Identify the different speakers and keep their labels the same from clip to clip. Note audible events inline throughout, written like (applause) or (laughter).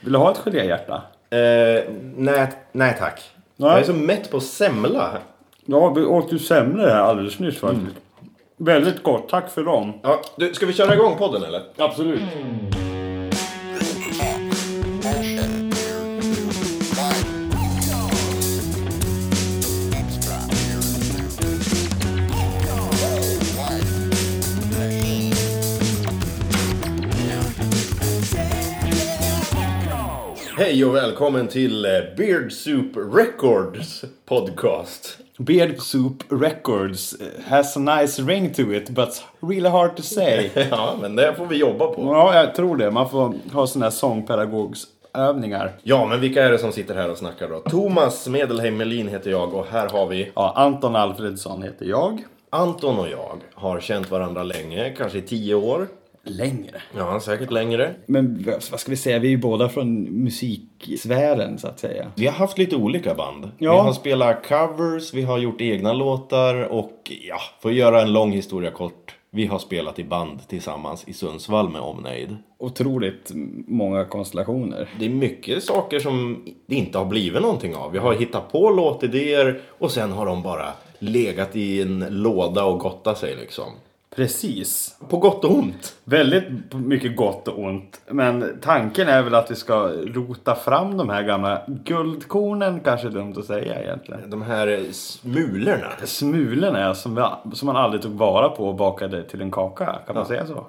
Speaker 1: Vill du ha ett geléhjärta?
Speaker 2: Eh, nej, nej tack.
Speaker 1: Nej.
Speaker 2: Jag är så mätt på semla.
Speaker 1: Ja, vi åt ju semlor här alldeles nyss faktiskt. Mm. Väldigt gott, tack för dem.
Speaker 2: Ja, du, ska vi köra igång podden eller?
Speaker 1: Absolut.
Speaker 2: Hej och välkommen till eh, Beard Soup Records podcast.
Speaker 1: Beard Soup Records has a nice ring to it but really hard to say.
Speaker 2: (laughs) Ja, men det får vi jobba
Speaker 1: (laughs)
Speaker 2: på.
Speaker 1: ja, jag tror det. Man får ha såna här sångpedagogsövningar.
Speaker 2: Ja, men vilka är det som sitter här och snackar då? Thomas Medelheim Melin heter jag och här har vi
Speaker 1: Ja, Anton Alfredsson heter jag.
Speaker 2: Anton och jag har känt varandra länge, kanske i tio år.
Speaker 1: Längre.
Speaker 2: Ja, säkert längre.
Speaker 1: Men v- vad ska vi säga, vi är ju båda från musiksfären så att säga.
Speaker 2: Vi har haft lite olika band.
Speaker 1: Ja.
Speaker 2: Vi har spelat covers, vi har gjort egna låtar och ja, för att göra en lång historia kort. Vi har spelat i band tillsammans i Sundsvall med omnejd.
Speaker 1: Otroligt många konstellationer.
Speaker 2: Det är mycket saker som det inte har blivit någonting av. Vi har hittat på låtidéer och sen har de bara legat i en låda och gottat sig liksom.
Speaker 1: Precis.
Speaker 2: På gott och ont.
Speaker 1: Väldigt mycket gott och ont. Men tanken är väl att vi ska rota fram de här gamla guldkornen, kanske är dumt att säga egentligen.
Speaker 2: De här eh, smulorna.
Speaker 1: Smulorna är som, vi- som man aldrig tog vara på och bakade till en kaka, kan man säga så?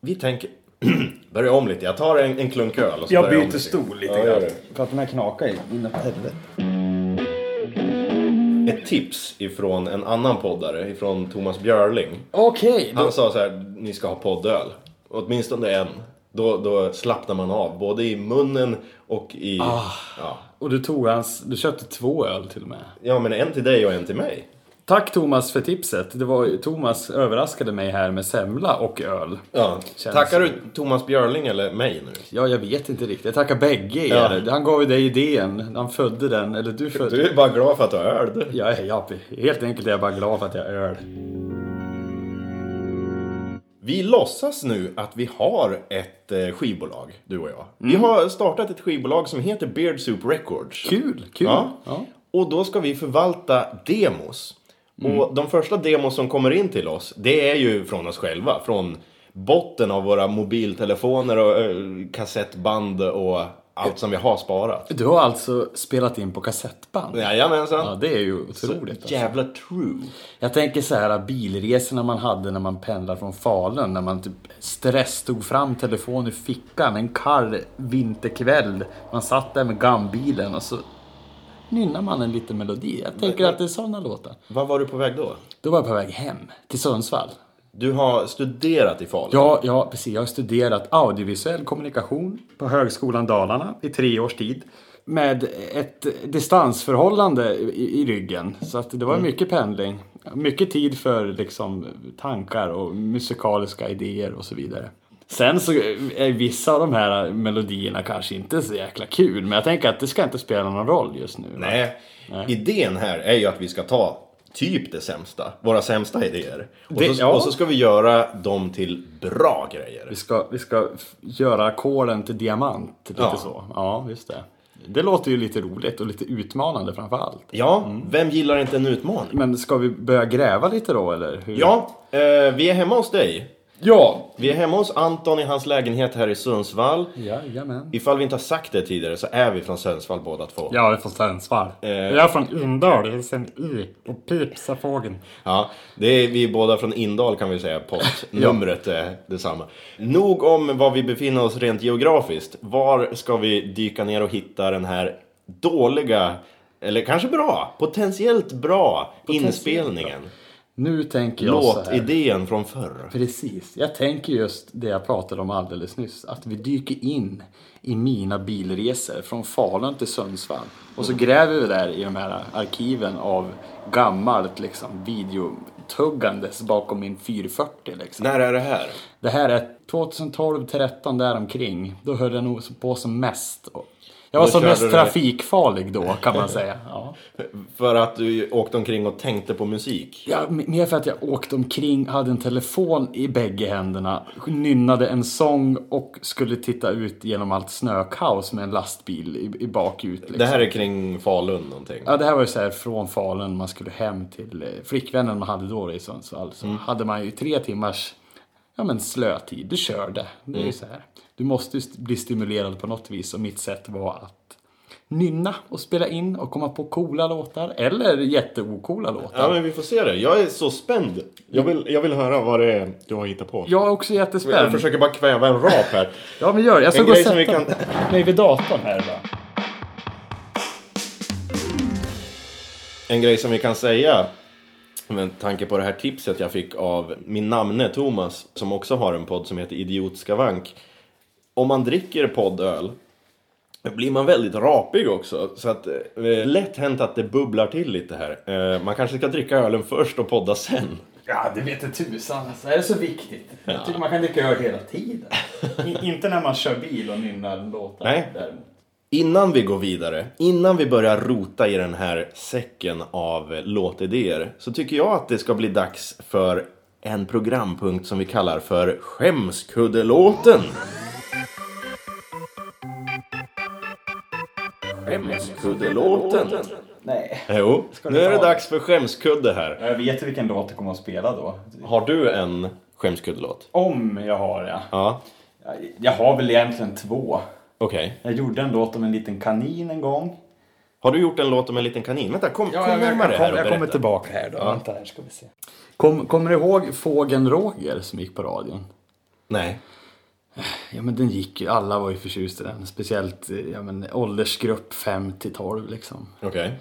Speaker 2: Vi tänker... (clears throat) Börja om lite. Jag tar en, en klunk öl och så börjar om lite. Ja, gör det.
Speaker 1: För att den här knakar ju inåt helvete.
Speaker 2: Ett tips ifrån en annan poddare, ifrån Thomas Björling.
Speaker 1: Okej! då-
Speaker 2: Han sa så här, ni ska ha poddöl. Åtminstone en. Då, då slappnar man av, både i munnen och i... Ja.
Speaker 1: Och du tog hans, du köpte två öl till och med.
Speaker 2: ja, men en till dig och en till mig.
Speaker 1: Tack Thomas för tipset. Det var, Thomas överraskade mig här med semla och öl.
Speaker 2: Ja.
Speaker 1: Känns-
Speaker 2: Tackar du Thomas Björling eller mig nu?
Speaker 1: Ja, jag vet inte riktigt. Jag tackar bägge er.
Speaker 2: Ja.
Speaker 1: Han gav ju dig idén. Han födde den. Eller du födde
Speaker 2: Du är bara glad för att du har öl du.
Speaker 1: Ja, ja, helt enkelt är jag bara glad för att jag har öl.
Speaker 2: Vi låtsas nu att vi har ett eh, skivbolag, du och jag. Vi har startat ett skivbolag som heter Beard Soup Records.
Speaker 1: Kul, kul.
Speaker 2: Ja.
Speaker 1: Ja.
Speaker 2: Och då ska vi förvalta demos.
Speaker 1: Mm.
Speaker 2: Och de första demos som kommer in till oss, det är ju från oss själva. Från botten av våra mobiltelefoner och eh, kassettband och allt som vi har sparat.
Speaker 1: Du har alltså spelat in på kassettband?
Speaker 2: Jajamensan.
Speaker 1: Ja, det är ju otroligt. Alltså.
Speaker 2: Jävla true.
Speaker 1: Jag tänker så här bilresorna man hade när man pendlade från Falun. När man typ stress tog fram telefon ur fickan en kall vinterkväll. Man satt där med gambilen och så nynnar man en liten melodi. Jag tänker att det är sådana låtar.
Speaker 2: Vad var du på väg då?
Speaker 1: Då var jag på väg hem till Sundsvall.
Speaker 2: Du har studerat i Falun.
Speaker 1: Ja, ja, precis. Jag har studerat audiovisuell kommunikation på Högskolan Dalarna i tre års tid. Med ett distansförhållande i, i ryggen. Så att det var mycket pendling. Mycket tid för liksom, tankar och musikaliska idéer och så vidare. Sen så är vissa av de här melodierna kanske inte så jäkla kul. Men jag tänker att det ska inte spela någon roll just nu. va?
Speaker 2: Nej. Idén här är ju att vi ska ta typ det sämsta. Våra sämsta idéer. Och,
Speaker 1: Det-
Speaker 2: så,
Speaker 1: ja.
Speaker 2: och så ska vi göra dem till bra grejer.
Speaker 1: Vi ska, vi ska f- göra kolen till diamant. Lite
Speaker 2: Ja.
Speaker 1: så. Ja, just det. Det låter ju lite roligt och lite utmanande framför allt.
Speaker 2: Ja,
Speaker 1: Mm.
Speaker 2: vem gillar inte en utmaning?
Speaker 1: Men ska vi börja gräva lite då eller? Hur?
Speaker 2: Ja, eh, vi är hemma hos dig.
Speaker 1: Ja!
Speaker 2: Vi är hemma hos Anton i hans lägenhet här i Sundsvall.
Speaker 1: Jajamän.
Speaker 2: Ifall vi inte har sagt det tidigare så är vi från Sundsvall båda två.
Speaker 1: Jag är från Sundsvall.
Speaker 2: Eh.
Speaker 1: Jag är från Indal, det finns en Y. Och pips är fågeln.
Speaker 2: Ja, det är vi båda från Indal kan vi säga.
Speaker 1: (laughs)
Speaker 2: Postnumret är detsamma. Nog om var vi befinner oss rent geografiskt. Var ska vi dyka ner och hitta den här dåliga, eller kanske bra, potentiellt bra inspelningen?
Speaker 1: Nu tänker jag så här.
Speaker 2: Låtidén från förr.
Speaker 1: Precis. Jag tänker just det jag pratade om alldeles nyss. Att vi dyker in i mina bilresor från Falun till Sundsvall. Och så gräver vi där i de här arkiven av gammalt liksom, videotuggandes bakom min 440. Liksom.
Speaker 2: När är det här?
Speaker 1: Det här är 2012-13 däromkring. Då höll jag nog på som mest. Och Jag var
Speaker 2: Då
Speaker 1: som
Speaker 2: körde
Speaker 1: mest
Speaker 2: du-
Speaker 1: trafikfarlig då kan
Speaker 2: (laughs)
Speaker 1: man säga. Ja.
Speaker 2: För att du åkte omkring och tänkte på musik.
Speaker 1: Ja, m- mer för att jag åkte omkring, hade en telefon i bägge händerna, nynnade en sång och skulle titta ut genom allt snökaos med en lastbil i, i bakut. Liksom.
Speaker 2: Det här är kring Falun någonting.
Speaker 1: Ja, det här var ju så här från Falun, man skulle hem till eh, flickvännen man hade då i Sundsvall. Så
Speaker 2: Mm.
Speaker 1: hade man ju tre timmars ja, men slötid, du körde. Det är
Speaker 2: Mm.
Speaker 1: ju så här. Du måste ju st- bli stimulerad på något vis och mitt sätt var att nynna och spela in och komma på coola låtar eller jätteokola låtar.
Speaker 2: Ja, men vi får se det. Jag är så spänd. Jag vill, jag vill höra vad det är du har hittat på.
Speaker 1: Jag är också
Speaker 2: Jag
Speaker 1: jättespänd.
Speaker 2: försöker bara kväva en rap här.
Speaker 1: Ja men gör det. Jag ska
Speaker 2: En
Speaker 1: gå och
Speaker 2: grej som
Speaker 1: sätta
Speaker 2: vi
Speaker 1: mig vid datorn här bara.
Speaker 2: En grej som vi kan säga med tanke på det här tipset jag fick av min namne Thomas som också har en podd som heter Idiotskavank. Om man dricker poddöl blir man väldigt rapig också. Så att eh, lätt hänt att det bubblar till lite här. Eh, man kanske ska dricka ölen först och podda sen.
Speaker 1: Ja det vet inte tusan. Alltså, Det är så viktigt. Jag tycker man kan dricka öl hela tiden. inte när man kör bil och nynnar låtar.
Speaker 2: Nej. Innan vi går vidare, innan vi börjar rota i den här säcken av eh, låtidéer så tycker jag att det ska bli dags för en programpunkt som vi kallar för Skämskuddelåten. Skämskuddelåten.
Speaker 1: Nej.
Speaker 2: Jo, nu är det dags för skämskudde här.
Speaker 1: Jag vet ju vilken låt du kommer att spela då.
Speaker 2: Har du en skämskuddelåt?
Speaker 1: Om jag har ja.
Speaker 2: Ja,
Speaker 1: Jag har väl egentligen två.
Speaker 2: okej.
Speaker 1: Jag gjorde en låt om en liten kanin en gång.
Speaker 2: Har du gjort en låt om en liten kanin? Vänta, kom, kom närmare här och
Speaker 1: jag kommer
Speaker 2: berätta.
Speaker 1: tillbaka här då. Vänta här ska vi se. Kom, kommer du ihåg Fågeln Roger som gick på radion?
Speaker 2: Nej.
Speaker 1: Ja men den gick ju, alla var ju förtjusta i den. Speciellt eh, ja, men, åldersgrupp 5 till 12 liksom.
Speaker 2: Okej.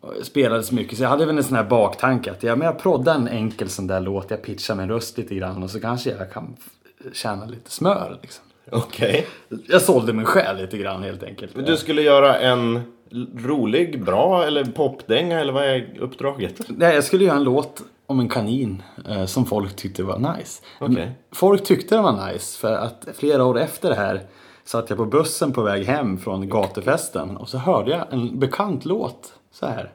Speaker 1: Och jag spelade så mycket så jag hade väl en sån här baktanke att ja, men jag proddar en enkel sån där låt, jag pitchar min röst lite grann och så kanske jag kan f- tjäna lite smör liksom.
Speaker 2: Okej.
Speaker 1: Jag sålde min själ lite grann helt enkelt.
Speaker 2: Du skulle göra en l- rolig, bra eller popdänga eller vad är uppdraget?
Speaker 1: Nej, jag skulle göra en låt om en kanin eh, som folk tyckte var nice.
Speaker 2: Okej.
Speaker 1: Folk tyckte den var nice för att flera år efter det här satt jag på bussen på väg hem från gatufesten och så hörde jag en bekant låt så här.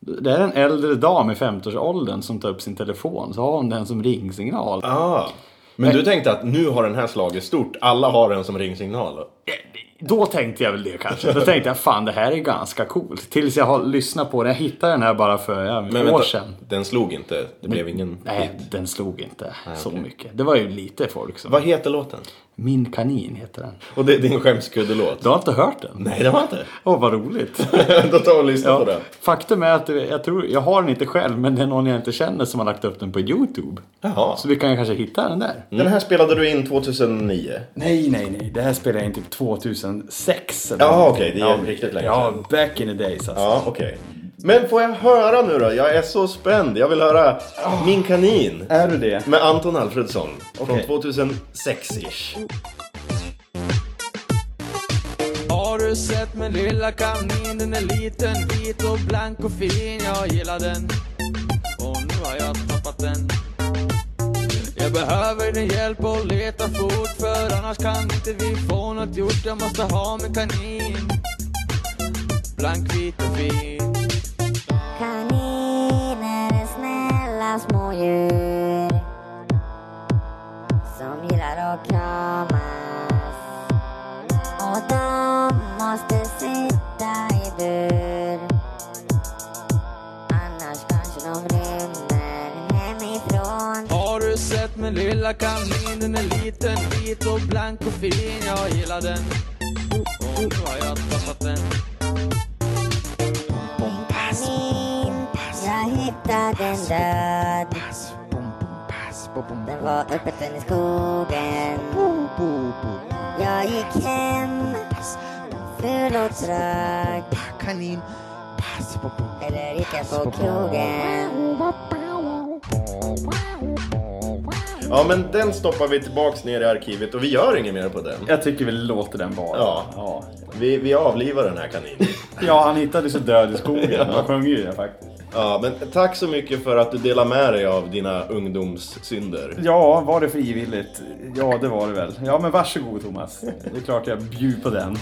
Speaker 1: Det är en äldre dam i 50-årsåldern som tar upp sin telefon så har hon den som ringsignal.
Speaker 2: Ah. Men du tänkte att nu har den här slagit stort, alla har den som ringsignal.
Speaker 1: Då tänkte jag väl det kanske. Då tänkte jag fan det här är ganska coolt. Tills jag har lyssnat på den. Jag hittade den här bara för ja,
Speaker 2: Men
Speaker 1: år
Speaker 2: vänta,
Speaker 1: sedan. Mm.
Speaker 2: den slog inte, det blev ingen
Speaker 1: Nej,
Speaker 2: hit.
Speaker 1: den slog inte så mycket. Det var ju lite folk som...
Speaker 2: Vad heter låten?
Speaker 1: Min kanin heter den.
Speaker 2: Och det är din skämskuddelåt?
Speaker 1: Du har inte hört den?
Speaker 2: Nej, det var inte. (laughs)
Speaker 1: Åh, vad (laughs) roligt.
Speaker 2: Då tar vi och lyssnar på
Speaker 1: Ja.
Speaker 2: den.
Speaker 1: Faktum är att jag, tror, jag har den inte själv, men det är någon jag inte känner som har lagt upp den på Youtube.
Speaker 2: Jaha. Mm.
Speaker 1: Så vi kan ju kanske hitta den där.
Speaker 2: Den här spelade du in 2009.
Speaker 1: Nej, nej, nej. Det här spelade jag in typ 2006. eller
Speaker 2: Jaha,
Speaker 1: någonting.
Speaker 2: okej, det är riktigt länge
Speaker 1: Ja, back in the days alltså.
Speaker 2: Ja, okej. Men får jag höra nu då? Jag är så spänd. Jag vill höra
Speaker 1: Ah.
Speaker 2: Min kanin
Speaker 1: Är du det?
Speaker 2: med Anton Alfredsson från
Speaker 1: Okej.
Speaker 2: 2006-ish.
Speaker 3: Har du sett min lilla kanin? Den är liten, vit och blank och fin Jag gillar den och nu har jag tappat den Jag behöver din hjälp och leta fort För annars kan inte vi få något gjort Jag måste ha min kanin Blank, vit och fin
Speaker 4: Kaniner är snälla smådjur som gillar att kramas. Och de måste sitta i bur. Annars kanske de rymmer hemifrån.
Speaker 3: Har du sett min lilla kanin? Den är liten, vit och blank och fin Jag gillar den och nu har jag tappat den
Speaker 4: Kanin, jag hittade en död. Den var uppäten i skogen. Jag gick hem, ful och trött.
Speaker 3: Kanin
Speaker 4: Eller gick jag på krogen?
Speaker 2: Ja, men den stoppar vi tillbaks ner i arkivet och vi gör inget mer på den.
Speaker 1: Jag tycker vi låter den vara.
Speaker 2: Ja.
Speaker 1: ja.
Speaker 2: Vi, vi avlivar den här kaninen.
Speaker 1: (laughs) Ja, han hittades ju död i skogen. Han sjöng ju det faktiskt.
Speaker 2: Ja, men tack så mycket för att du delar med dig av dina ungdomssynder.
Speaker 1: Ja, var det frivilligt? Ja, det var det väl. Ja, men varsågod Thomas. Det är klart jag bjuder på den.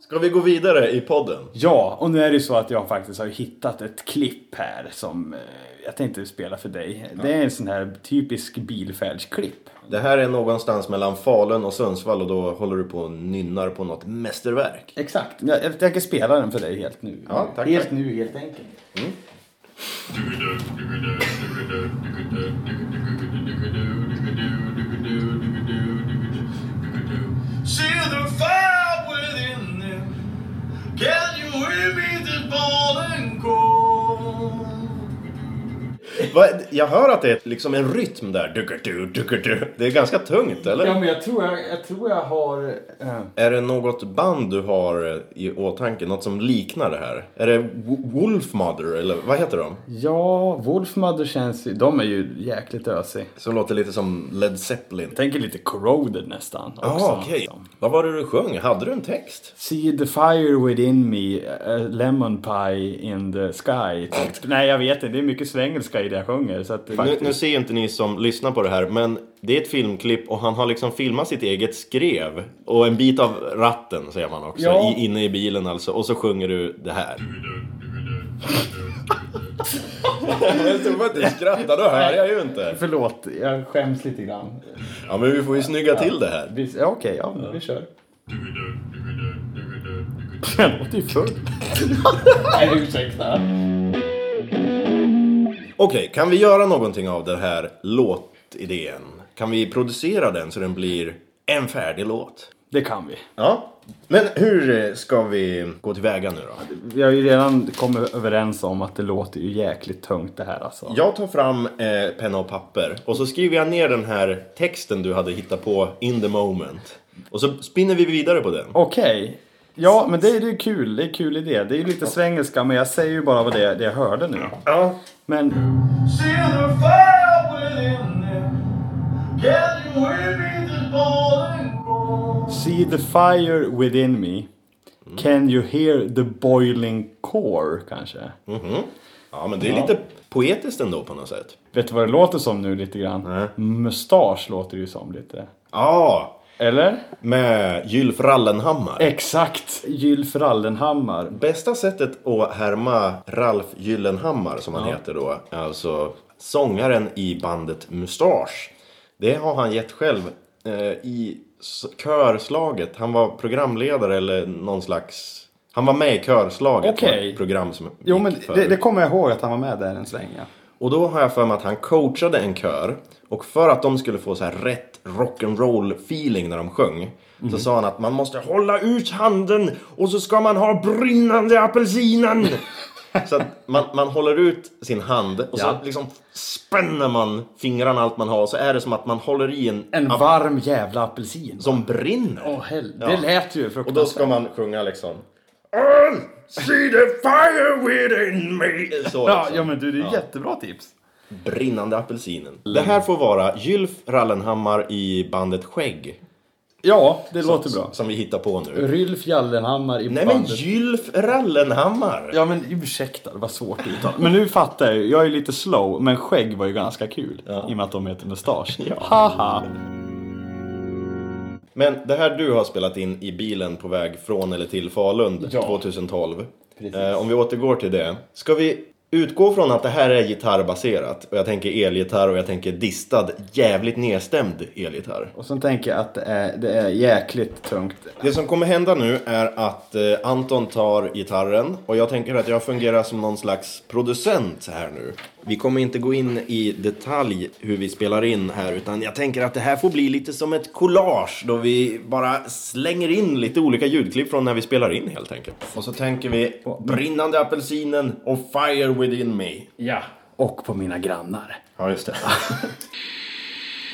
Speaker 2: Ska vi gå vidare i podden?
Speaker 1: Ja, och nu är det ju så att jag faktiskt har hittat ett klipp här som eh, jag tänkte spela för dig. Det är en sån här typisk bilfärdsklipp.
Speaker 2: Det här är någonstans mellan Falun och Sundsvall och då håller du på och nynnar på något mästerverk.
Speaker 1: Exakt. Jag, jag tänker spela den för dig helt nu.
Speaker 2: Ja, tack,
Speaker 1: helt
Speaker 2: tack.
Speaker 1: nu, helt enkelt.
Speaker 5: See the fire within them. Can you hear me this morning call?
Speaker 2: Va? Jag hör att det är liksom en rytm där. Dukertu, dukertu. Det är ganska tungt, eller?
Speaker 1: Ja, men jag tror jag, jag, tror jag har... eh,
Speaker 2: Är det något band du har i åtanke? Något som liknar det här? Är det Wo- Wolfmother, eller vad heter de?
Speaker 1: ja, Wolfmother känns ju... De är ju jäkligt ösig.
Speaker 2: Som låter lite som Led Zeppelin.
Speaker 1: Jag tänker lite corroded nästan. Också.
Speaker 2: Ah, okej. Vad var det du sjöng? Hade du en text?
Speaker 1: See the fire within me, a lemon pie in the sky. (laughs) typ. Nej, jag vet inte. Det är mycket svengelska i det jag sjunger. Så att,
Speaker 2: Nu,
Speaker 1: faktiskt.
Speaker 2: nu ser inte ni som lyssnar på det här, men det är ett filmklipp och han har liksom filmat sitt eget skrev. Och en bit av ratten ser man också,
Speaker 1: Ja.
Speaker 2: i, inne i bilen alltså. Och så sjunger du det här. Men så får jag inte skratta, då hör jag ju inte.
Speaker 1: Förlåt, jag skäms lite grann.
Speaker 2: Ja, men vi får ju snygga till det här.
Speaker 1: Vi- ja, Okej, ja, men vi kör. (laughs) Jag låter ju full. (laughs) Nej, ursäkta.
Speaker 2: Okej, kan vi göra någonting av den här låtidén? Kan vi producera den så den blir en färdig låt?
Speaker 1: Det kan vi.
Speaker 2: Ja. Men hur ska vi gå tillväga nu då?
Speaker 1: Vi har ju redan kommit överens om att det låter ju jäkligt tungt det här alltså.
Speaker 2: Jag tar fram eh, penna och papper och så skriver jag ner den här texten du hade hittat på in the moment. Och så spinner vi vidare på den.
Speaker 1: Okej. Ja, men det är ju kul. Det är en kul idé. Det är ju lite svengelska, men jag säger ju bara vad det, det jag hörde nu.
Speaker 2: Ja.
Speaker 1: Men
Speaker 5: See the fire within them. Can you hear me this morning call?
Speaker 1: See the fire within me. Can you hear the boiling core kanske?
Speaker 2: Mm. ja, men det är lite poetiskt ändå på något sätt.
Speaker 1: Vet du vad det låter som nu lite grann? Mustasch låter det ju som lite.
Speaker 2: Ja,
Speaker 1: Eller?
Speaker 2: med Gylf Rallenhammar.
Speaker 1: Exakt! Gylf Rallenhammar.
Speaker 2: Bästa sättet att härma Ralf Gyllenhammar som han heter då, alltså sångaren i bandet Mustasch. Det har han gett själv eh, i s- körslaget. Han var programledare eller någon slags... Han var med i körslaget.
Speaker 1: Okej.
Speaker 2: Det var ett program som
Speaker 1: Jo
Speaker 2: gick
Speaker 1: men
Speaker 2: för-
Speaker 1: det, det kommer jag ihåg att han var med där en sväng ja.
Speaker 2: Och då har jag för mig att han coachade en kör. Och för att de skulle få så här rätt rock'n'roll feeling när de sjöng.
Speaker 1: Mhm.
Speaker 2: Så sa han att man måste hålla ut handen och så ska man ha
Speaker 1: (laughs)
Speaker 2: brinnande apelsinen. så att man, man håller ut sin hand och
Speaker 1: Ja.
Speaker 2: så liksom spänner man fingrarna allt man har. Så är det som att man håller i en,
Speaker 1: En
Speaker 2: ap-
Speaker 1: varm jävla apelsin.
Speaker 2: som brinner.
Speaker 1: Åh alltså. hell,
Speaker 2: Ja.
Speaker 1: det lät ju
Speaker 2: Och då
Speaker 1: fruktansvärt.
Speaker 2: ska man sjunga liksom. "All See the fire within me. Så
Speaker 1: Ja,
Speaker 2: liksom.
Speaker 1: ja men du det är jättebra tips.
Speaker 2: Brinnande apelsinen.
Speaker 1: Mm.
Speaker 2: Det här får vara Gylf Rallenhammar i bandet Skägg.
Speaker 1: Ja, det låter bra.
Speaker 2: Som vi hittar på nu.
Speaker 1: Rylf Jallenhammar i
Speaker 2: Nej men
Speaker 1: bandet.
Speaker 2: Gylf Rallenhammar!
Speaker 1: Ja men ursäkta, det var svårt att uttala. Men nu fattar jag ju, jag är lite slow, men skägg var ju ganska kul. I och med att de heter mustasch. Haha!
Speaker 2: Men det här du har spelat in i bilen på väg från eller till Falun
Speaker 1: Ja.
Speaker 2: 2012. Eh, om vi återgår till det. Ska vi utgå från att det här är gitarrbaserat? Och jag tänker elgitarr och jag tänker distad, jävligt nedstämd elgitarr.
Speaker 1: Och sen tänker jag att det är, det är jäkligt tungt.
Speaker 2: Det som kommer hända nu är att eh, Anton tar gitarren och jag tänker att jag fungerar som någon slags producent här nu. Vi kommer inte gå in i detalj hur vi spelar in här utan jag tänker att det här får bli lite som ett collage då vi bara slänger in lite olika ljudklipp från när vi spelar in helt enkelt. Och så tänker vi brinnande apelsinen och fire within me.
Speaker 1: Ja. Och på mina grannar.
Speaker 2: Ja, just det. (laughs)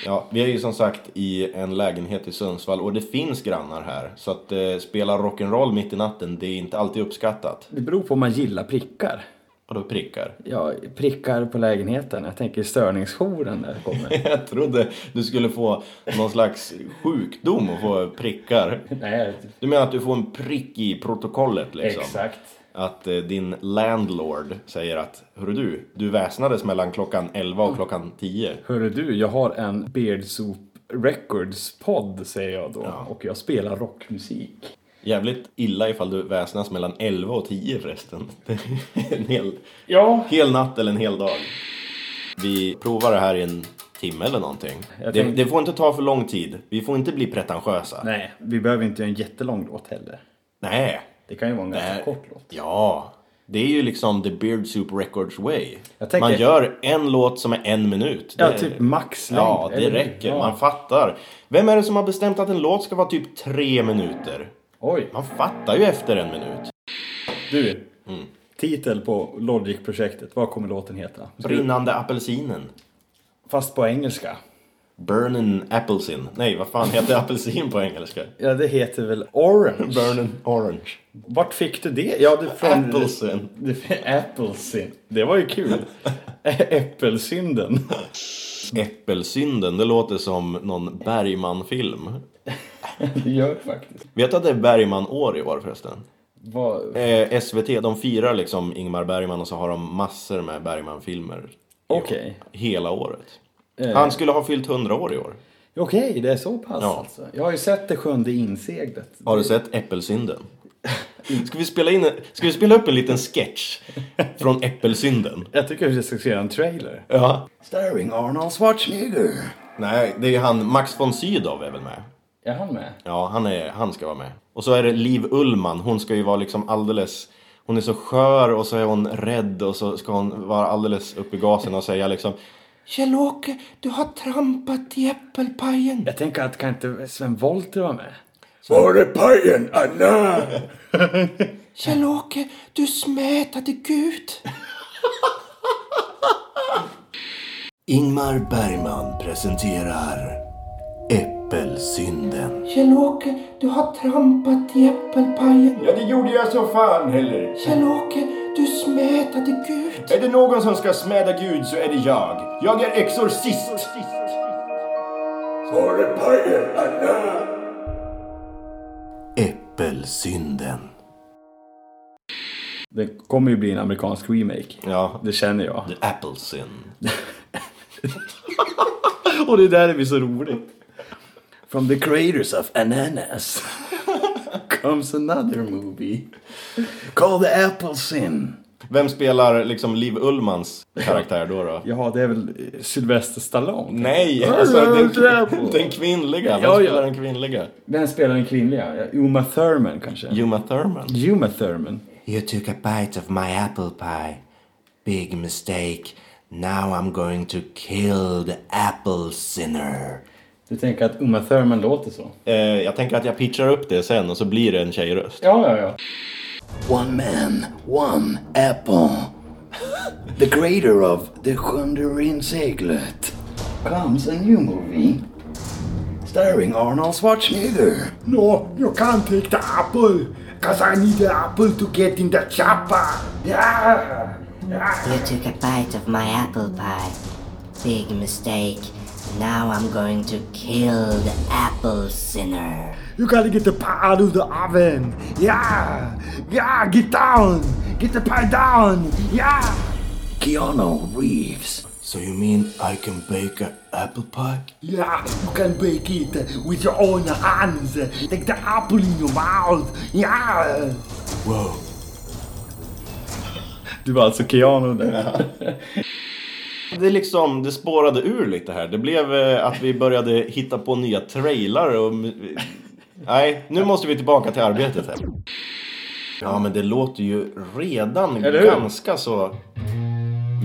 Speaker 2: Ja, vi är ju som sagt i en lägenhet i Sundsvall och det finns grannar här. Så att eh, spela rock'n'roll mitt i natten, det är inte alltid uppskattat.
Speaker 1: Det beror på om man gillar prickar.
Speaker 2: Vadå prickar? (laughs)
Speaker 1: Ja, prickar på lägenheten. Jag tänker störningsjouren när det kommer.
Speaker 2: Jag trodde du skulle få någon slags sjukdom och få prickar.
Speaker 1: (laughs) Nej,
Speaker 2: Du menar att du får en prick i protokollet liksom? att eh, din landlord säger att Hörru du, du väsnades mellan klockan 11 och klockan 10.
Speaker 1: Hörru du, jag har en Beard Soup Records-podd säger jag då. Och jag spelar rockmusik.
Speaker 2: Jävligt illa ifall du väsnas mellan 11 och 10 förresten. (laughs) Det är en hel,
Speaker 1: Ja.
Speaker 2: hel natt eller en hel dag. Vi provar det här i en timme eller någonting.
Speaker 1: Jag
Speaker 2: Det,
Speaker 1: tänkte-
Speaker 2: det får inte ta för lång tid. Vi får inte bli pretentiösa.
Speaker 1: Nej, vi behöver inte göra en jättelång låt heller.
Speaker 2: Nej.
Speaker 1: Det kan ju vara en ganska
Speaker 2: Nej.
Speaker 1: kort låt.
Speaker 2: Ja. Det är ju liksom the Beard Soup Records way.
Speaker 1: Jag tänker-
Speaker 2: Man gör en låt som är en minut.
Speaker 1: Ja,
Speaker 2: Det-
Speaker 1: typ max längd.
Speaker 2: Ja, det
Speaker 1: eller-
Speaker 2: räcker.
Speaker 1: Ja.
Speaker 2: Man fattar. Vem är det som har bestämt att en låt ska vara typ tre minuter?
Speaker 1: Oj,
Speaker 2: Man fattar ju efter en minut.
Speaker 1: du.
Speaker 2: Mm.
Speaker 1: Titel på Logic-projektet, vad kommer låten heta?
Speaker 2: Brinnande apelsinen.
Speaker 1: Fast på engelska.
Speaker 2: Burnin' appelsin. Nej, vad fan heter (laughs) apelsin på engelska?
Speaker 1: Ja, det heter väl Orange.
Speaker 2: Burnin' orange.
Speaker 1: Vart fick du det? Ja, det från...
Speaker 2: Appelsin.
Speaker 1: Det- Appelsin. Det var ju
Speaker 2: (laughs)
Speaker 1: kul. Äppelsynden.
Speaker 2: Äppelsynden, det låter som någon Bergman-film.
Speaker 1: Det gör det faktiskt.
Speaker 2: Vet du att det är Bergman-år i år förresten?
Speaker 1: Vad...
Speaker 2: Eh, SVT, de firar liksom Ingmar Bergman och så har de massor med Bergman-filmer. i år.
Speaker 1: Okej.
Speaker 2: Hela året.
Speaker 1: Eh.
Speaker 2: Han skulle ha fyllt 100 år i år.
Speaker 1: Okej, det är så pass
Speaker 2: Ja.
Speaker 1: alltså. Jag har ju sett det sjunde inseglet.
Speaker 2: Har du sett Äppelsynden?
Speaker 1: (laughs)
Speaker 2: Ska vi spela, in, ska vi spela upp en liten sketch från Äppelsynden?
Speaker 1: Jag tycker vi ska se en trailer.
Speaker 2: Ja.
Speaker 1: Starring Arnold Schwarzenegger.
Speaker 2: Nej, det är han Max von Sydow är väl med?
Speaker 1: Är han med?
Speaker 2: Ja, han, är, han ska vara med. Och så är det Liv Ullman, hon ska ju vara liksom alldeles... Hon är så skör och så är hon rädd och så ska hon vara alldeles uppe i gasen och säga liksom Kjell-Åke, du har trampat i äppelpajen.
Speaker 1: Jag tänker att kan inte Sven Wollter vara med?
Speaker 6: (laughs)
Speaker 2: Kjell-Åke, du smätade Gud. (laughs) Ingmar Bergman presenterar Äppelsynden.
Speaker 6: Kjell-Åke, du har trampat i äppelpajen.
Speaker 2: Ja, det gjorde jag så fan heller.
Speaker 6: Kjell-Åke, du smätade Gud.
Speaker 2: Är det någon som ska smäda Gud så är det jag. Jag är exorcist. Äppelsynden.
Speaker 1: Det kommer ju bli en amerikansk remake.
Speaker 2: Ja,
Speaker 1: Det känner jag.
Speaker 2: the apple (laughs) sin.
Speaker 1: Och det där är vi så roligt. From the creators of Ananas comes another movie. Called the Apple Sin.
Speaker 2: Vem spelar liksom Liv Ullmans karaktär då? då?
Speaker 1: Ja, det är väl eh, Sylvester Stallone?
Speaker 2: Nej, alltså den,
Speaker 1: Apple.
Speaker 2: den kvinnliga.
Speaker 1: Ja,
Speaker 2: Vem
Speaker 1: ja.
Speaker 2: spelar den kvinnliga?
Speaker 1: Vem spelar den kvinnliga? Ja, Uma Thurman kanske?
Speaker 2: Uma Thurman.
Speaker 1: Uma Thurman.
Speaker 6: You took a bite of my apple pie. Big mistake. Now I'm going to kill the apple sinner.
Speaker 1: Du tänker att Uma Thurman låter så?
Speaker 2: Eh, jag tänker att jag pitchar upp det sen och så blir det en tjejröst.
Speaker 1: Ja, ja, ja.
Speaker 7: One man, one apple. The creator of The Sjunde Inseglet comes a new movie starring Arnold Schwarzenegger. No, you can't take the apple, cause I need the apple to get in the chopper. Yeah.
Speaker 4: You took a bite of my apple pie. Big mistake. Now I'm going to kill the apple sinner.
Speaker 7: You gotta get the pie out of the oven. Yeah, yeah, get down, get the pie down. Yeah. Keanu Reeves.
Speaker 2: So you mean I can bake a apple pie?
Speaker 7: Yeah, you can bake it with your own hands. Take the apple in your mouth. Yeah.
Speaker 2: Wow.
Speaker 1: Du var alltså Keanu där.
Speaker 2: Det, är liksom, det spårade ur lite här. Det blev eh, att vi började hitta på nya trailrar och... Nej, nu måste vi tillbaka till arbetet här. Ja, men det låter ju redan
Speaker 1: Eller hur?
Speaker 2: ganska så...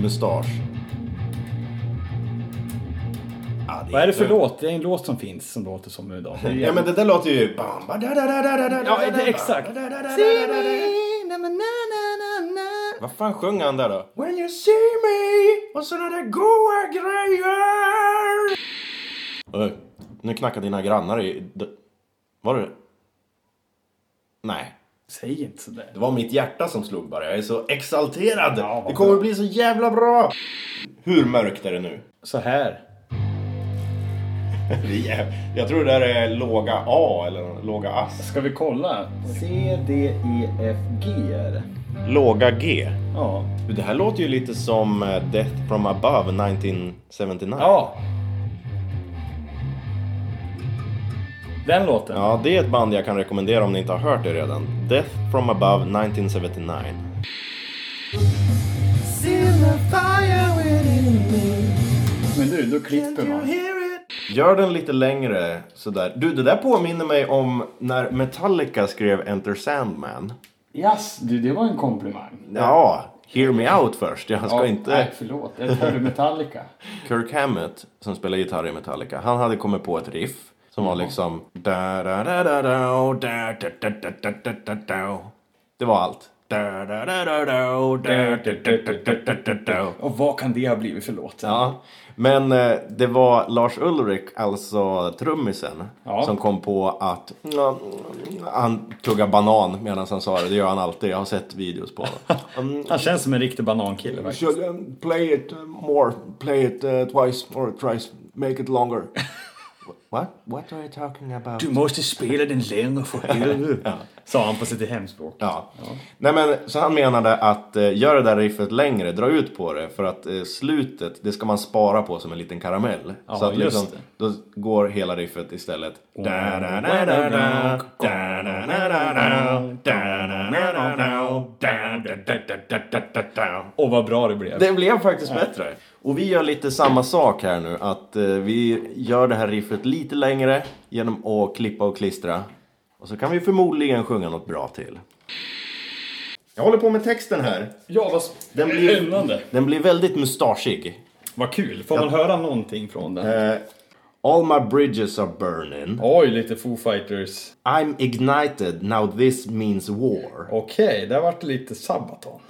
Speaker 2: Mustasch. Ja,
Speaker 1: Vad är det för låt? Det är en låt som finns som låter som
Speaker 2: (laughs)
Speaker 1: idag. Det är
Speaker 2: Ja, men det där låter ju...
Speaker 1: Ja, det- exakt.
Speaker 2: Vad fan sjöng han där då?
Speaker 6: When you see me och såna där goa grejer.
Speaker 2: Oj, nu knackar dina grannar i... d- Var det... Nej.
Speaker 1: Säg inte sådär.
Speaker 2: Det var mitt hjärta som slog bara. Jag är så exalterad.
Speaker 1: Ja, vad
Speaker 2: det kommer
Speaker 1: bra.
Speaker 2: bli så jävla bra. Hur mörkt är det nu? (laughs)
Speaker 1: Så här.
Speaker 2: Vi är- Jag tror det där är låga A eller låga ass.
Speaker 1: Ska vi kolla? C, D, E, F, G är det.
Speaker 2: Låga G.
Speaker 1: Ja.
Speaker 2: Det här låter ju lite som eh, Death from above 1979.
Speaker 1: Ja. Den låten.
Speaker 2: Ja, det är ett band jag kan rekommendera om ni inte har hört det redan. Death from above 1979.
Speaker 1: Men du, då klipper man.
Speaker 2: Gör den lite längre sådär. Du, det där påminner mig om när Metallica skrev Enter Sandman.
Speaker 1: Yes, du, det var en komplimang.
Speaker 2: Ja, hear me out först. Jag ska
Speaker 1: Ja,
Speaker 2: inte...
Speaker 1: Nej, förlåt. Jag hörde Metallica.
Speaker 2: Kirk Hammett, som spelar gitarr i Metallica, han hade kommit på ett riff som var liksom... da da da da da da da da da da da da da. Det var allt. Da da da da da da da da da da da da.
Speaker 1: Och vad kan det ha blivit för låt?
Speaker 2: Ja, men eh, det var Lars Ulrik, alltså trummisen,
Speaker 1: Ja.
Speaker 2: som kom på att mm, han tuggar banan medan han sa det. Det gör han alltid. Jag har sett videos på honom.
Speaker 1: Han känns som en riktig banankille faktiskt.
Speaker 2: Should um, play it uh, more, play it uh, twice or thrice, make it longer. (laughs) what? What are you talking about?
Speaker 1: Du måste spela den längre för (laughs) helvete. Sa han på sitt hemspråk.
Speaker 2: Ja. Nej, men, så han menade att eh, gör det där riffet längre, dra ut på det. För att eh, slutet, det ska man spara på som en liten karamell. så att
Speaker 1: just
Speaker 2: liksom, då går hela riffet istället. Da-da-da-da-da, da-da-da-da-da, da-da-da-da-da, da-da-da-da-da-da.
Speaker 1: Och vad bra det blev.
Speaker 2: Det blev faktiskt bättre. Och vi gör lite samma sak här nu. Att eh, vi gör det här riffet lite längre genom att klippa och klistra. Och så kan vi förmodligen sjunga något bra till. Jag håller på med texten här.
Speaker 1: Ja, vad
Speaker 2: Den blir-
Speaker 1: spännande.
Speaker 2: Den blir väldigt mustaschig.
Speaker 1: Vad kul. Får man höra någonting från den?
Speaker 2: Eh, All my bridges are burning.
Speaker 1: Oj, lite Foo Fighters.
Speaker 2: I'm ignited, now this means war.
Speaker 1: Okej, det har varit lite Sabaton.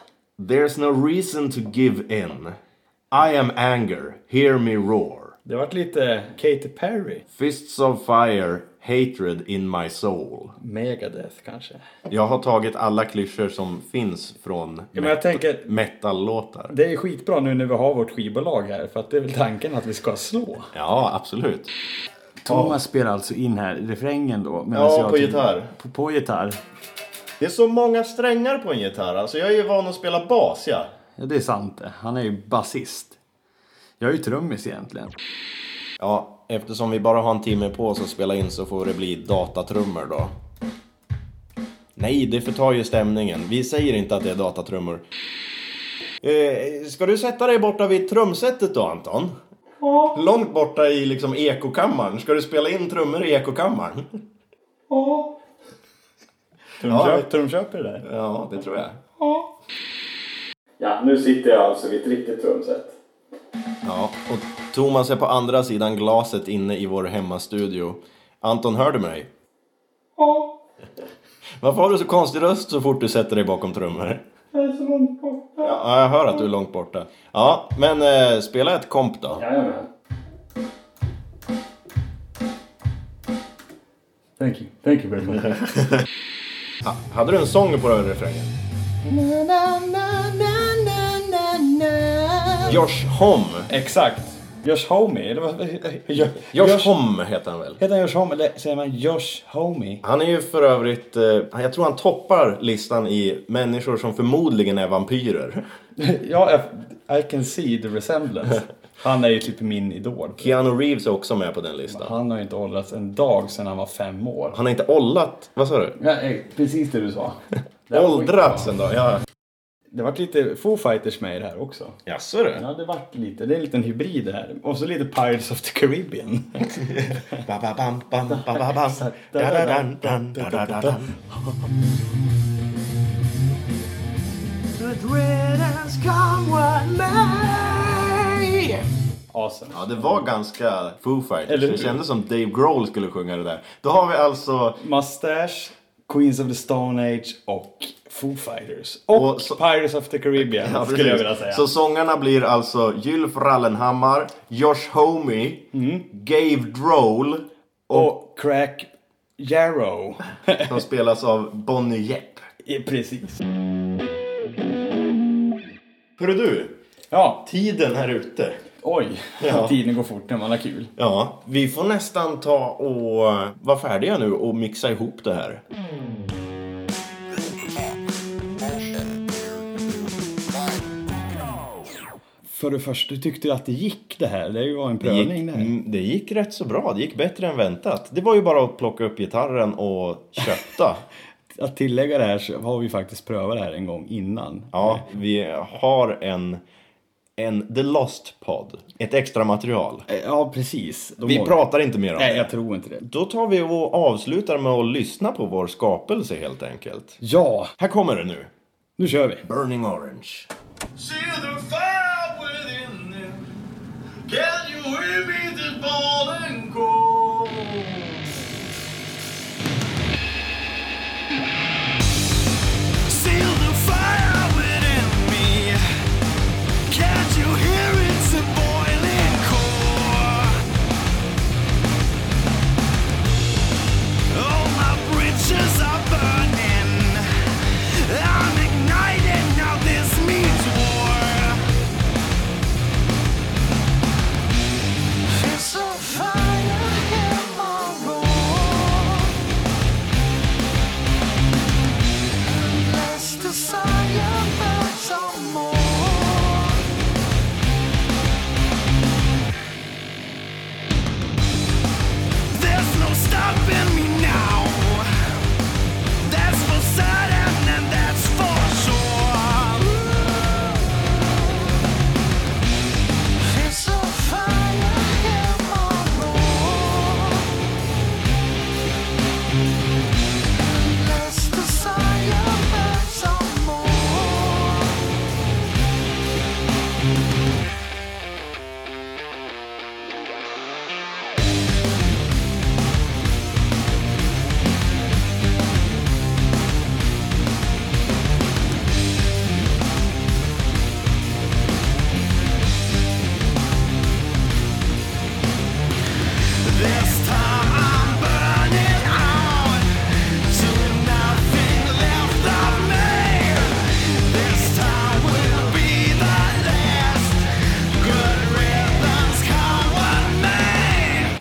Speaker 2: There's no reason to give in. I am anger, hear me roar.
Speaker 1: Det har varit lite Katy Perry.
Speaker 2: Fists of fire, hatred in my soul.
Speaker 1: Megadeth kanske.
Speaker 2: Jag har tagit alla klyschor som finns från
Speaker 1: Ja, men jag tänker,
Speaker 2: metal-låtar.
Speaker 1: det är skitbra nu när vi har vårt skivbolag här för att det är väl tanken att vi ska slå.
Speaker 2: Ja, absolut.
Speaker 8: Thomas spelar alltså in här refrängen då. medan
Speaker 2: Ja,
Speaker 8: jag
Speaker 2: på
Speaker 8: typ-
Speaker 2: gitarr.
Speaker 8: På, på gitarr.
Speaker 2: Det är så många strängar på en gitarr. Alltså, jag är ju van att spela bas, ja.
Speaker 8: Ja, det är sant det. Han är ju basist. Jag är ju trummis egentligen.
Speaker 2: Ja, eftersom vi bara har en timme på oss att spela in så får det bli datatrummor då. Nej, det förtar ju stämningen. Vi säger inte att det är datatrummor. Eh, ska du sätta dig borta vid trumsetet då, Anton? Ja. Långt borta i liksom ekokammaren. Ska du spela in trummor i ekokammaren?
Speaker 1: Trumköp, trumköp är det där.
Speaker 2: Ja, det tror jag.
Speaker 1: Ja, nu sitter jag alltså vid ett riktigt trumset.
Speaker 2: Ja, och Thomas är på andra sidan glaset inne i vår hemmastudio. Anton, hör du mig?
Speaker 9: Ja,
Speaker 2: Varför har du så konstig röst så fort du sätter dig bakom trummor?
Speaker 9: jag är så långt borta.
Speaker 2: Ja, jag hör att du är långt borta. Ja, men eh, spela ett komp då.
Speaker 1: Jajamän. Thank you, thank you very much.
Speaker 2: Ha, hade du en sång på den refrängen? Josh Homme.
Speaker 1: (laughs) Exakt. Josh Homie, eller vad... Josh,
Speaker 2: Josh, Homme heter han väl?
Speaker 1: Heter han Josh Homie eller säger man Josh Homie?
Speaker 2: Han är ju för övrigt, eh, jag tror han toppar listan i människor som förmodligen är vampyrer.
Speaker 1: (laughs) ja, I, I can see the resemblance. Han är ju typ min idol.
Speaker 2: Keanu Reeves är också med på den listan.
Speaker 1: Han har ju inte åldrats en dag sedan han var fem år.
Speaker 2: Han har inte ollat, vad sa du?
Speaker 1: Ja, eh, precis det du (laughs) sa. Det här var
Speaker 2: Åldrats
Speaker 1: skitbra.
Speaker 2: en dag, ja.
Speaker 1: Det vart lite Foo Fighters med i det här också.
Speaker 2: Jaså du?
Speaker 1: Ja, det vart lite. Det är en liten hybrid det här. Och så lite Pirates of the
Speaker 2: (laughs)
Speaker 1: Caribbean.
Speaker 2: Ba-ba-bam, bam, ba-ba-bam.
Speaker 1: (laughs)
Speaker 2: Da-da-dan, dan, da-da-da-dan.
Speaker 1: Awesome.
Speaker 2: Ja, det var ganska Foo Fighters.
Speaker 1: Eller
Speaker 2: Det
Speaker 1: hur?
Speaker 2: kändes som Dave Grohl skulle sjunga det där. Då har vi alltså...
Speaker 1: Mustache, Queens of the Stone Age och Foo Fighters. Och,
Speaker 2: Och så-
Speaker 1: Pirates of the Caribbean
Speaker 2: Ja,
Speaker 1: skulle jag
Speaker 2: precis.
Speaker 1: vilja säga.
Speaker 2: Så sångarna blir alltså Gylf Rallenhammar, Josh Homme,
Speaker 1: Mm.
Speaker 2: Dave Grohl och
Speaker 1: Och Crack Yarrow. (laughs)
Speaker 2: som spelas av Bonnie Jepp.
Speaker 1: Ja, Precis.
Speaker 2: Hörru du,
Speaker 1: Ja,
Speaker 2: tiden här ute.
Speaker 1: oj. Tiden går fort när man har kul.
Speaker 2: Ja, vi får nästan ta och eh, vara färdiga Mm. nu och mixa ihop det här.
Speaker 1: För det första, du tyckte att det gick det här. Det var en
Speaker 2: Det gick,
Speaker 1: prövning det här.
Speaker 2: mm, det gick rätt så bra, det gick bättre än väntat. Det var ju bara att plocka upp gitarren och (laughs) kötta.
Speaker 1: Att tillägga det här så har vi faktiskt prövat det här en gång innan.
Speaker 2: Ja, vi har en, en The Lost Pod, ett extra material.
Speaker 1: Eh, Ja, precis. Då
Speaker 2: Vi
Speaker 1: mår-
Speaker 2: pratar inte mer om
Speaker 1: Nej,
Speaker 2: det.
Speaker 1: jag tror inte det.
Speaker 2: Då tar vi och avslutar med att lyssna på vår skapelse helt enkelt.
Speaker 1: Ja,
Speaker 2: Här kommer det nu.
Speaker 1: nu kör vi.
Speaker 6: Burning orange.
Speaker 5: See the fire within them. Can you hear me this morning call?
Speaker 10: Seal the fire within me. Can't you hear it's a boiling core? All my bridges are burning. I'm ignited now. This means war. It's a fire in my room. Let's desire back some more. There's no stopping me now. That's for certain and that's for sure. It's a fire in my room. Let's desire back some more. This time I'm burning out to nothing left of me. This time will be the last. Good rhythms come with me.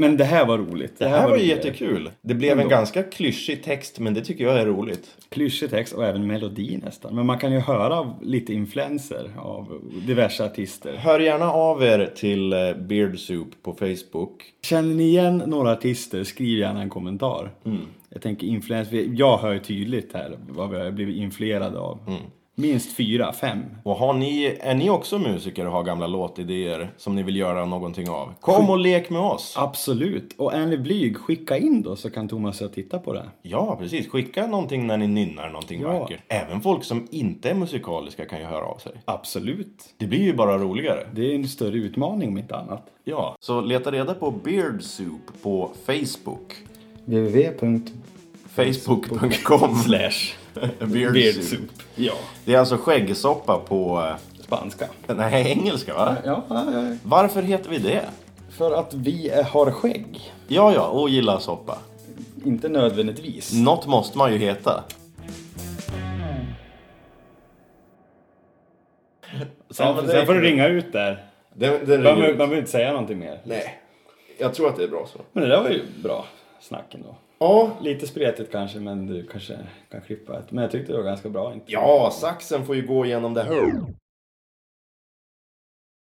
Speaker 1: Men det här var roligt.
Speaker 2: Det här var ju
Speaker 1: roligt.
Speaker 2: jättekul. Det blev en ganska klyschig text, men det tycker jag är roligt.
Speaker 1: Klyschig text och även melodi nästan. Men man kan ju höra lite influenser av diverse artister.
Speaker 2: Hör gärna av er till eh, Beard Soup på Facebook.
Speaker 1: Känner ni igen några artister, skriv gärna en kommentar.
Speaker 2: Mm.
Speaker 1: Jag tänker influens, jag hör ju tydligt här vad vi har blivit influerade av.
Speaker 2: Mm.
Speaker 1: Minst fyra, fem.
Speaker 2: Och har ni, är ni också musiker och har gamla låtidéer som ni vill göra någonting av? Kom och lek med oss!
Speaker 1: Absolut. Och är ni blyg, skicka in då så kan Thomas och jag titta på det.
Speaker 2: Ja, precis. Skicka någonting när ni nynnar någonting vackert. Även folk som inte är musikaliska kan ju höra av sig.
Speaker 1: Absolut.
Speaker 2: Det blir ju bara roligare.
Speaker 1: Det är en större utmaning om inte annat.
Speaker 2: Ja, så leta reda på Beard Soup på Facebook.
Speaker 11: www.
Speaker 2: Facebook.com slash (laughs) Beard Soup.
Speaker 1: Ja.
Speaker 2: Det är alltså skäggsoppa på...
Speaker 1: Spanska.
Speaker 2: eh, Nej, engelska va?
Speaker 1: Ja,
Speaker 2: Varför heter vi det?
Speaker 1: för att vi är- har skägg.
Speaker 2: Ja, ja, och gillar soppa.
Speaker 1: Inte nödvändigtvis.
Speaker 2: Något måste man ju heta.
Speaker 1: Sen, sen får du ringa ut där.
Speaker 2: Den,
Speaker 1: Man behöver man behöver inte säga någonting mer.
Speaker 2: Nej, jag tror att det är bra så.
Speaker 1: Men det där var ju bra snack ändå.
Speaker 2: Ja,
Speaker 1: Lite spretigt kanske, men du kanske kan klippa ett. Men jag tyckte det var ganska bra. Inte?
Speaker 2: ja, saxen får ju gå igenom det här.